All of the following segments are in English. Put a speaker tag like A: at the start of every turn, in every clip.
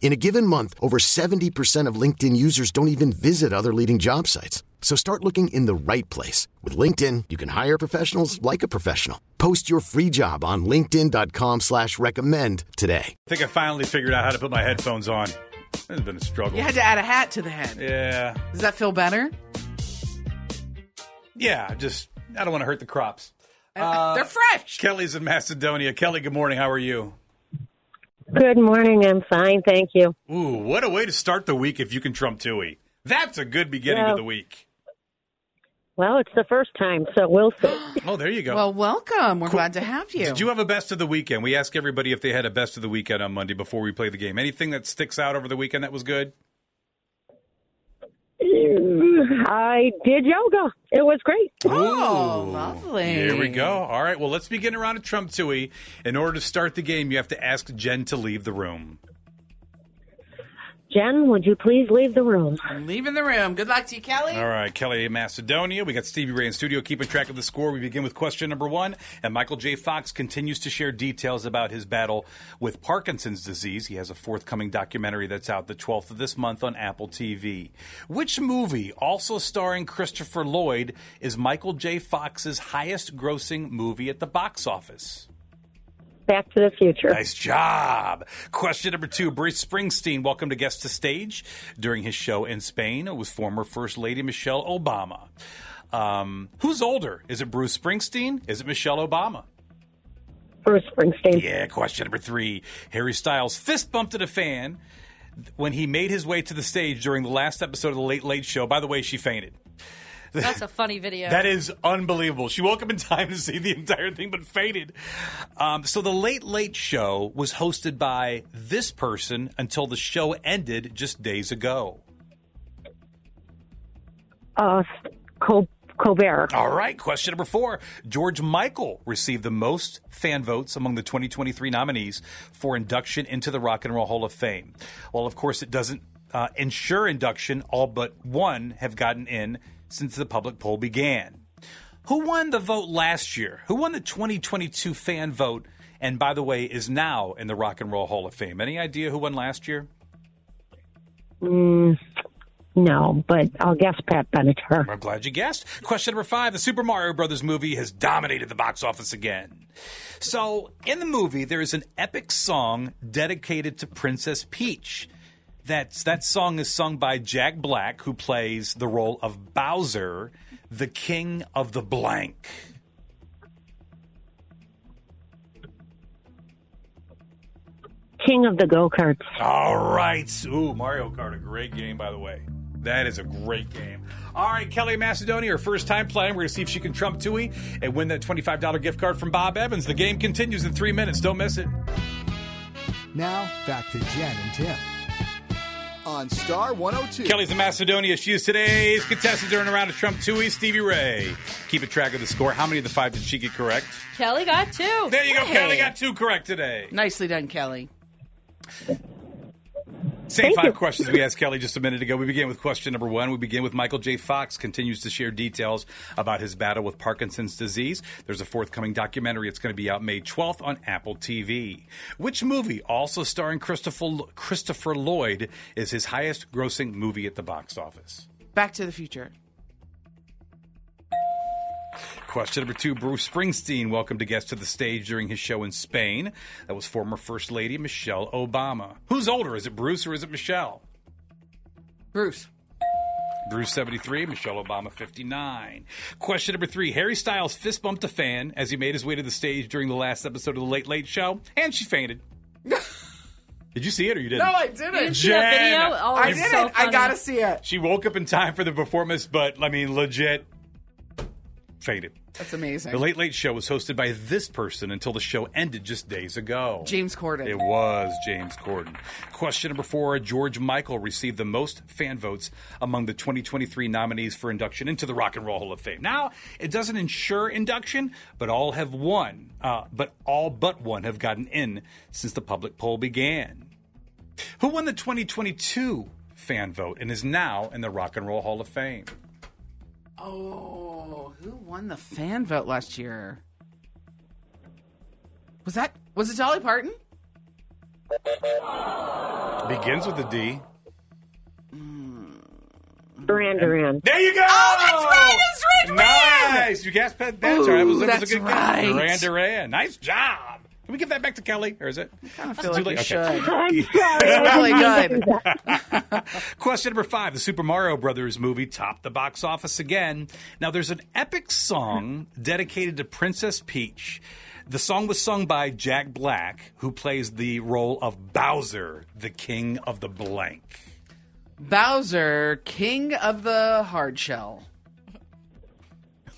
A: In a given month, over 70% of LinkedIn users don't even visit other leading job sites. So start looking in the right place. With LinkedIn, you can hire professionals like a professional. Post your free job on linkedin.com slash recommend today.
B: I think I finally figured out how to put my headphones on. It's been a struggle.
C: You had to add a hat to the head.
B: yeah.
C: Does that feel better?
B: Yeah, just, I don't want to hurt the crops. Uh,
C: They're fresh.
B: Kelly's in Macedonia. Kelly, good morning. How are you?
D: Good morning. I'm fine, thank you.
B: Ooh, what a way to start the week if you can trump Tui. That's a good beginning
D: Yeah.
B: to the week.
D: Well, it's the first time, so we'll see.
B: Oh, there you go.
C: Well, welcome. We're glad to have you.
B: Did you have a best of the weekend? We ask everybody if they had a best of the weekend on Monday before we play the game. Anything that sticks out over the weekend that was good?
D: I did yoga. It was great.
C: Oh, lovely.
B: Here we go. All right. Well, let's begin around a Trump Tui. In order to start the game, you have to ask Jen to leave the room.
D: Jen, would you please leave the room?
C: I'm leaving the room. Good luck to you, Kelly.
B: All right, Kelly in Macedonia. We got Stevie Ray in studio keeping track of the score. We begin with question number one, and Michael J. Fox continues to share details about his battle with Parkinson's disease. He has a forthcoming documentary that's out the 12th of this month on Apple TV. Which movie, also starring Christopher Lloyd, is Michael J. Fox's highest grossing movie at the box office?
D: Back to the future.
B: Nice job. Question number two Bruce Springsteen, welcome to Guest to Stage. During his show in Spain, it was former First Lady Michelle Obama. Um, who's older? Is it Bruce Springsteen? Is it Michelle Obama?
D: Bruce Springsteen.
B: Yeah, question number three. Harry Styles fist bumped at a fan when he made his way to the stage during the last episode of The Late Late Show. By the way, she fainted.
E: That's a funny video.
B: That is unbelievable. She woke up in time to see the entire thing, but faded. Um, so the Late Late Show was hosted by this person until the show ended just days ago.
D: Uh, Col- Colbert.
B: All right, question number four. George Michael received the most fan votes among the 2023 nominees for induction into the Rock and Roll Hall of Fame. Well, of course, it doesn't uh, ensure induction. All but one have gotten in since the public poll began. Who won the vote last year? Who won the 2022 fan vote? And by the way, is now in the Rock and Roll Hall of Fame. Any idea who won last year?
D: Mm, no, but I'll guess Pat Benatar.
B: I'm glad you guessed. Question number five The Super Mario Brothers movie has dominated the box office again. So, in the movie, there is an epic song dedicated to Princess Peach. That's, that song is sung by Jack Black, who plays the role of Bowser, the king of the blank.
D: King of the go karts.
B: All right. Ooh, Mario Kart, a great game, by the way. That is a great game. All right, Kelly Macedonia, her first time playing. We're going to see if she can trump Tui and win that $25 gift card from Bob Evans. The game continues in three minutes. Don't miss it.
F: Now, back to Jen and Tim on Star 102.
B: Kelly's in Macedonia. She is today's contestant during a round of Trump Tui, Stevie Ray. Keeping track of the score. How many of the five did she get correct?
E: Kelly got two.
B: There you go.
E: Hey.
B: Kelly got two correct today.
C: Nicely done, Kelly.
B: Same
D: Thank
B: five
D: you.
B: questions we asked Kelly just a minute ago. We begin with question number one. We begin with Michael J. Fox continues to share details about his battle with Parkinson's disease. There's a forthcoming documentary. It's going to be out May 12th on Apple TV. Which movie, also starring Christopher Christopher Lloyd, is his highest-grossing movie at the box office?
C: Back to the future.
B: Question number two Bruce Springsteen welcomed a guest to the stage during his show in Spain. That was former First Lady Michelle Obama. Who's older? Is it Bruce or is it Michelle?
C: Bruce.
B: Bruce 73, Michelle Obama 59. Question number three Harry Styles fist bumped a fan as he made his way to the stage during the last episode of The Late Late Show, and she fainted. Did you see it or you didn't?
C: No, I didn't.
E: You didn't see that
B: Jen,
E: video? Oh,
C: I
E: it's
C: didn't.
E: so
C: I
E: funny.
C: gotta see it.
B: She woke up in time for the performance, but I mean, legit fainted.
C: That's amazing.
B: The Late Late Show was hosted by this person until the show ended just days ago.
C: James Corden.
B: It was James Corden. Question number four George Michael received the most fan votes among the 2023 nominees for induction into the Rock and Roll Hall of Fame. Now, it doesn't ensure induction, but all have won, uh, but all but one have gotten in since the public poll began. Who won the 2022 fan vote and is now in the Rock and Roll Hall of Fame?
C: Oh, who won the fan vote last year? Was that was it Dolly Parton?
B: Begins with a D.
D: Duran Duran.
B: There you go.
C: Oh, that's right, it's Duran Duran!
B: Nice. You guessed that. That's right. That was,
C: Ooh,
B: that was
C: that's
B: a good
C: right.
B: guess. Duran Duran. Nice job. Can we give that back to Kelly? Or is it?
C: I feel like
B: too
C: we
B: late. Okay.
C: should.
D: I'm sorry. I
C: Really
D: didn't
C: good.
D: do that.
B: Question number five. The Super Mario Brothers movie topped the box office again. Now, there's an epic song dedicated to Princess Peach. The song was sung by Jack Black, who plays the role of Bowser, the king of the blank.
C: Bowser, King of the Hard Shell.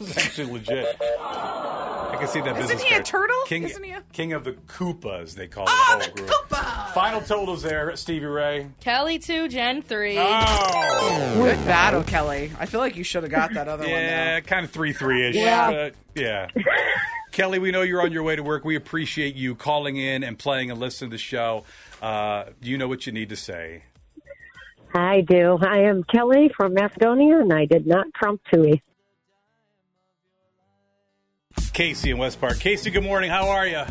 B: It's actually legit. I can see that
C: Isn't
B: business
C: he a
B: card.
C: turtle?
B: King,
C: Isn't he a-
B: king of the Koopas, they call
C: Oh,
B: the whole
C: the
B: group.
C: Koopa!
B: Final totals there, Stevie Ray.
E: Kelly two, Jen three.
B: Oh,
C: Good battle, Kelly. I feel like you should have got that other one.
B: yeah, kind of three three ish.
C: Yeah.
B: yeah. Kelly, we know you're on your way to work. We appreciate you calling in and playing and listening to the show. Uh, you know what you need to say.
D: I do. I am Kelly from Macedonia, and I did not trump to me.
B: Casey in West Park. Casey, good morning. How are you?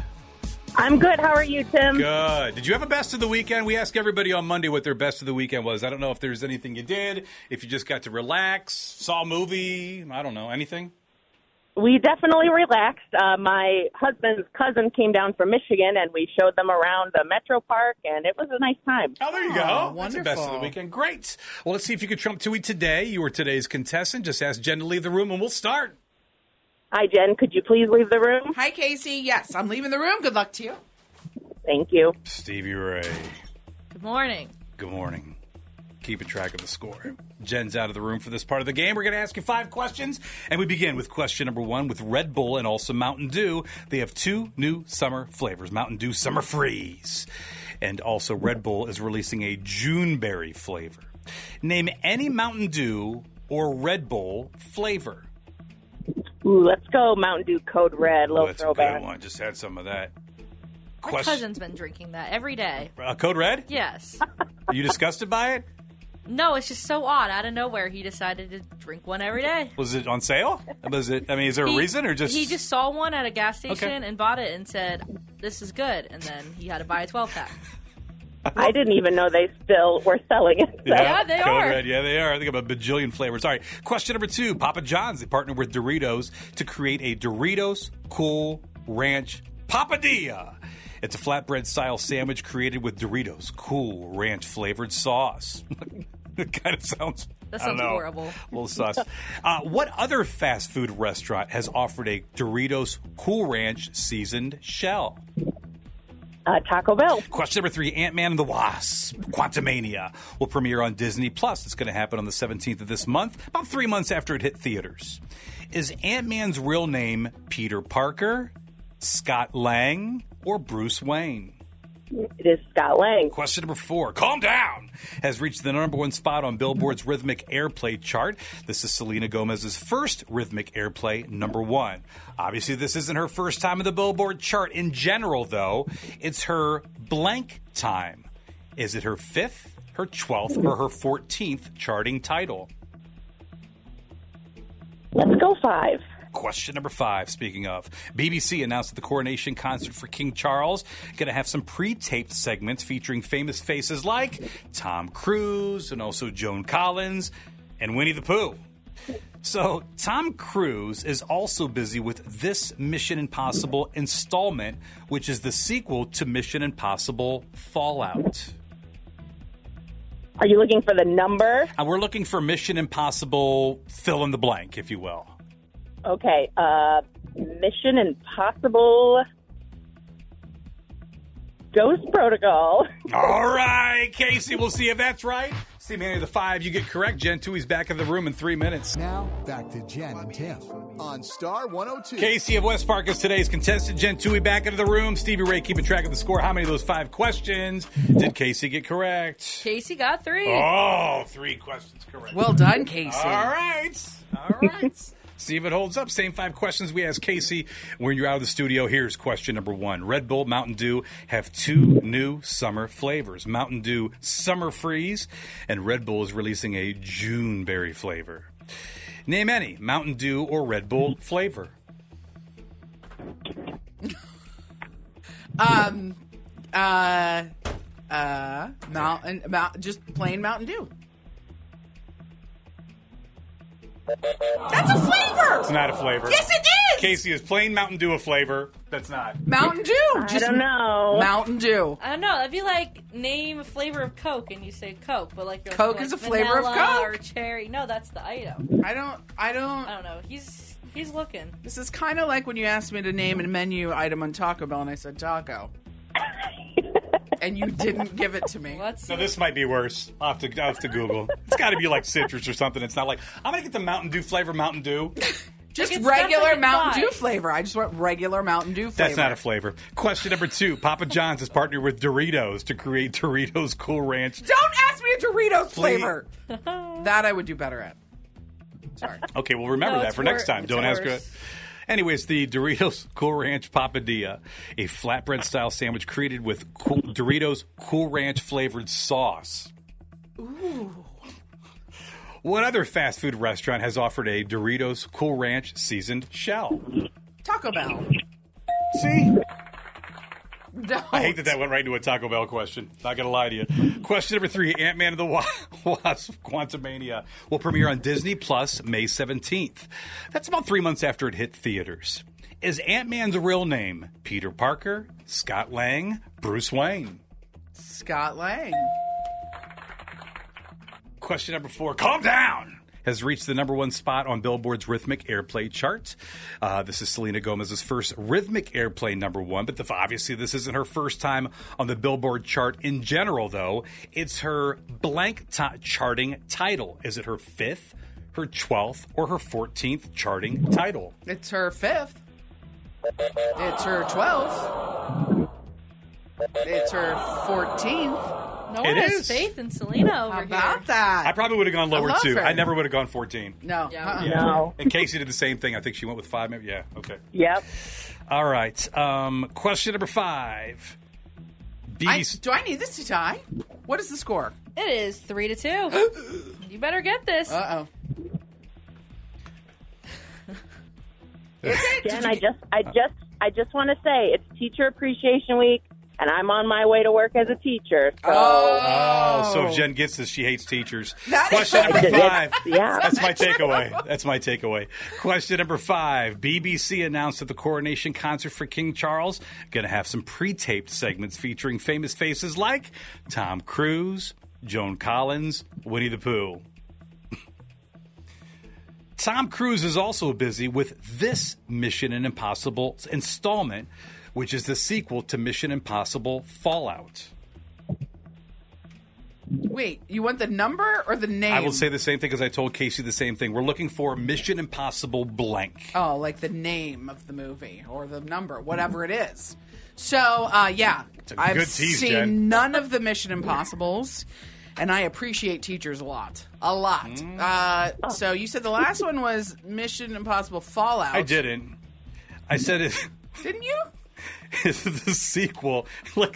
D: I'm good. How are you, Tim?
B: Good. Did you have a best of the weekend? We ask everybody on Monday what their best of the weekend was. I don't know if there's anything you did, if you just got to relax, saw a movie, I don't know, anything.
D: We definitely relaxed. Uh, my husband's cousin came down from Michigan, and we showed them around the Metro Park, and it was a nice time.
B: Oh, there you
C: Oh,
B: go. That's the best of the
C: wonderful.
B: weekend. Great. Well, let's see if you could trump Tui today. You were today's contestant. Just ask Jen to leave the room, and we'll start.
D: Hi, Jen. Could you please leave the room?
C: Hi, Casey. Yes, I'm leaving the room. Good luck to you.
D: Thank you.
B: Stevie Ray,
E: Good morning.
B: good morning. Keeping track of the score. Jen's out of the room for this part of the game. We're going to ask you five questions, and we begin with question number one with Red Bull and also Mountain Dew. They have two new summer flavors Mountain Dew Summer Freeze. And also, Red Bull is releasing a Juneberry flavor. Name any Mountain Dew or Red Bull flavor.
D: Ooh, let's go Mountain Dew Code Red.
B: Oh,
D: Little
B: that's a
D: throwback.
B: good one. Just had some of that.
E: My
B: Question-
E: cousin's been drinking that every day.
B: Uh, Code Red?
E: Yes.
B: Are you disgusted by it?
E: no, it's just so odd. Out of nowhere, he decided to drink one every day.
B: Was it on sale? Was it? I mean, is there a
E: He-
B: reason or just
E: he just saw one at a gas station
B: Okay.
E: and bought it and said, "This is good," and then he had to buy a twelve pack.
D: I didn't even know they still were selling it. So.
E: Yeah, they
B: Code
E: are.
B: Red. Yeah, they are. I think about a bajillion flavors. All right. Question number two Papa John's, they partnered with Doritos to create a Doritos Cool Ranch Papadilla. It's a flatbread style sandwich created with Doritos Cool Ranch flavored sauce. it kind of sounds.
E: That
B: I don't
E: sounds
B: know,
E: horrible.
B: A little sus. uh, what other fast food restaurant has offered a Doritos Cool Ranch seasoned shell?
D: Uh, Taco Bell.
B: Question number three Ant Man and the Wasp, Quantumania, will premiere on Disney Plus. It's going to happen on the 17th of this month, about three months after it hit theaters. Is Ant Man's real name Peter Parker, Scott Lang, or Bruce Wayne?
D: It is Scott Lang.
B: Question number four, Calm Down, has reached the number one spot on Billboard's Rhythmic Airplay chart. This is Selena Gomez's first Rhythmic Airplay number one. Obviously, this isn't her first time in the Billboard chart in general, though. It's her blank time. Is it her fifth, her 12th, or her 14th charting title?
D: Let's go five.
B: Question number five. Speaking of, BBC announced that the coronation concert for King Charles going to have some pre-taped segments featuring famous faces like Tom Cruise and also Joan Collins and Winnie the Pooh. So Tom Cruise is also busy with this Mission Impossible installment, which is the sequel to Mission Impossible Fallout.
D: Are you looking for the number?
B: And we're looking for Mission Impossible fill in the blank, if you will.
D: Okay. Uh, Mission Impossible Ghost Protocol.
B: All right, Casey, we'll see if that's right. See many of the five you get correct. Gen 2, he's back in the room in three minutes.
F: Now, back to Jen and Tim. On Star 102.
B: Casey of West Park is today's contestant. Gen 2, he back into the room. Stevie Ray keeping track of the score. How many of those five questions did Casey get correct?
E: Casey got three.
B: Oh, three questions correct.
C: Well done, Casey.
B: All right. All right. See if it holds up. Same five questions we asked Casey when you're out of the studio. Here's question number one Red Bull Mountain Dew have two new summer flavors Mountain Dew Summer Freeze, and Red Bull is releasing a Juneberry flavor. Name any Mountain Dew or Red Bull flavor.
C: Um, uh, uh, mountain, mount, just plain Mountain Dew. That's a flavor.
B: It's not a flavor.
C: Yes, it is.
B: Casey is plain Mountain Dew a flavor. That's not.
C: Mountain Dew. Just
D: I don't know.
C: Mountain Dew.
E: I don't know. That'd be like name a flavor of Coke, and you say Coke, but like you're
C: Coke
E: like
C: is a flavor of
E: vanilla
C: Coke.
E: or cherry. No, that's the item.
C: I don't. I
E: I
C: don't.
E: don't know. He's he's looking.
C: This is kind of like when you asked me to name a menu item on Taco Bell, and I said taco, and you didn't give it to me.
E: Let's see.
B: No, this might be worse. I'll have to, I'll have to Google. It's got to be like citrus or something. It's not like, I'm going to get the Mountain Dew flavor Mountain Dew.
C: Just
E: Like, it's
C: regular
E: definitely
C: Mountain Dew
E: five.
C: flavor. I just want regular Mountain Dew flavor.
B: That's not a flavor. Question number two Papa John's has partnered with Doritos to create Doritos Cool Ranch.
C: Don't ask me a Doritos flavor. that I would do better at. Sorry.
B: Okay, we'll remember
E: No,
B: that
E: it's
B: for next
E: wor-
B: time.
E: it's
B: Don't ask
E: worse.
B: her. Anyways, the Doritos Cool Ranch Papadilla, a flatbread style sandwich created with cool, Doritos Cool Ranch flavored sauce. Ooh. What other fast food restaurant has offered a Doritos Cool Ranch seasoned shell?
C: Taco Bell.
B: See?
C: No.
B: I hate that that went right into a Taco Bell question. Not gonna lie to you. Question number three: Ant Man and the Wa- Wasp: Quantumania will premiere on Disney Plus May seventeenth. That's about three months after it hit theaters. Is Ant Man's real name Peter Parker, Scott Lang, Bruce Wayne?
C: Scott Lang.
B: Question number four: Calm down. Has reached the number one spot on Billboard's Rhythmic Airplay chart. Uh, this is Selena Gomez's first Rhythmic Airplay number one, but the, obviously this isn't her first time on the Billboard chart in general. Though it's her blank ti- charting title. Is it her fifth, her twelfth, or her fourteenth charting title?
C: It's her fifth. It's her twelfth. It's her fourteenth.
E: no
B: it
E: one has
B: is.
E: faith in Selena over
C: How
E: here.
C: about that?
B: I probably would have gone lower
C: love
B: too.
C: her.
B: I never would have gone fourteen.
C: no.
E: Yeah.
C: uh-uh.
D: No.
B: And Casey did the same thing. I think she went with five. Maybe. Yeah. Okay.
D: Yep.
B: All right. Um, question number five.
C: I,
B: Beast.
C: do I need this to tie? What is the score?
E: It is three to two. you better get this.
C: Uh oh.
D: Jen, I just, I just, I just want to say it's Teacher Appreciation Week, and I'm on my way to work as a teacher. So
B: Oh, so if Jen gets this, she hates teachers.
C: That is-
B: Question number five.
D: yeah.
B: That's my takeaway. That's my takeaway. Question number five. BBC announced that the coronation concert for King Charles going to have some pre-taped segments featuring famous faces like Tom Cruise, Joan Collins, Winnie the Pooh. Tom Cruise is also busy with this Mission and Impossible installment, which is the sequel to Mission Impossible Fallout.
C: Wait, you want the number or the name?
B: I will say the same thing because I told Casey the same thing. We're looking for Mission Impossible blank.
C: Oh, like the name of the movie or the number, whatever it is. So, uh, yeah,
B: a
C: I've
B: good tease,
C: seen
B: Jen.
C: none of the Mission Impossibles, and I appreciate teachers a lot, a lot.
B: Mm.
C: Uh, so you said the last one was Mission Impossible Fallout.
B: I didn't. I said it
C: didn't you?
B: is the sequel.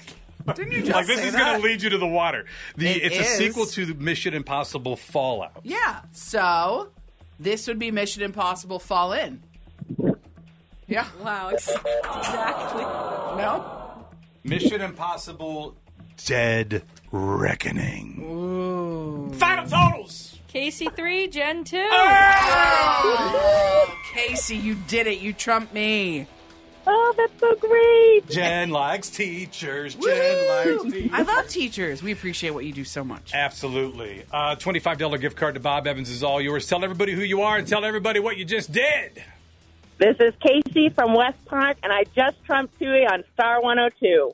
B: Like,
C: Didn't you just
B: like this
C: say
B: is going
C: that?
B: to lead you to the water. The,
C: It
B: it's
C: is.
B: a sequel to the Mission Impossible Fallout.
C: Yeah. So this would be Mission Impossible Fall In. Yeah.
E: Wow, ex- exactly.
C: No.
B: Mission Impossible Dead Reckoning. Final totals.
E: Casey three, Gen two.
C: Casey, you did it. You trumped me.
D: oh, that's so great.
B: Jen likes teachers. Jen likes teachers.
C: I love teachers. We appreciate what you do so much.
B: Absolutely. Uh, $25 gift card to Bob Evans is all yours. Tell everybody who you are and tell everybody what you just did.
D: oh This is Casey from West Park, and I just trumped Tui on Star 102.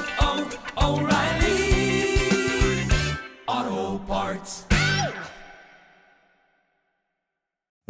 B: oh, oh, O'Reilly Auto Parts.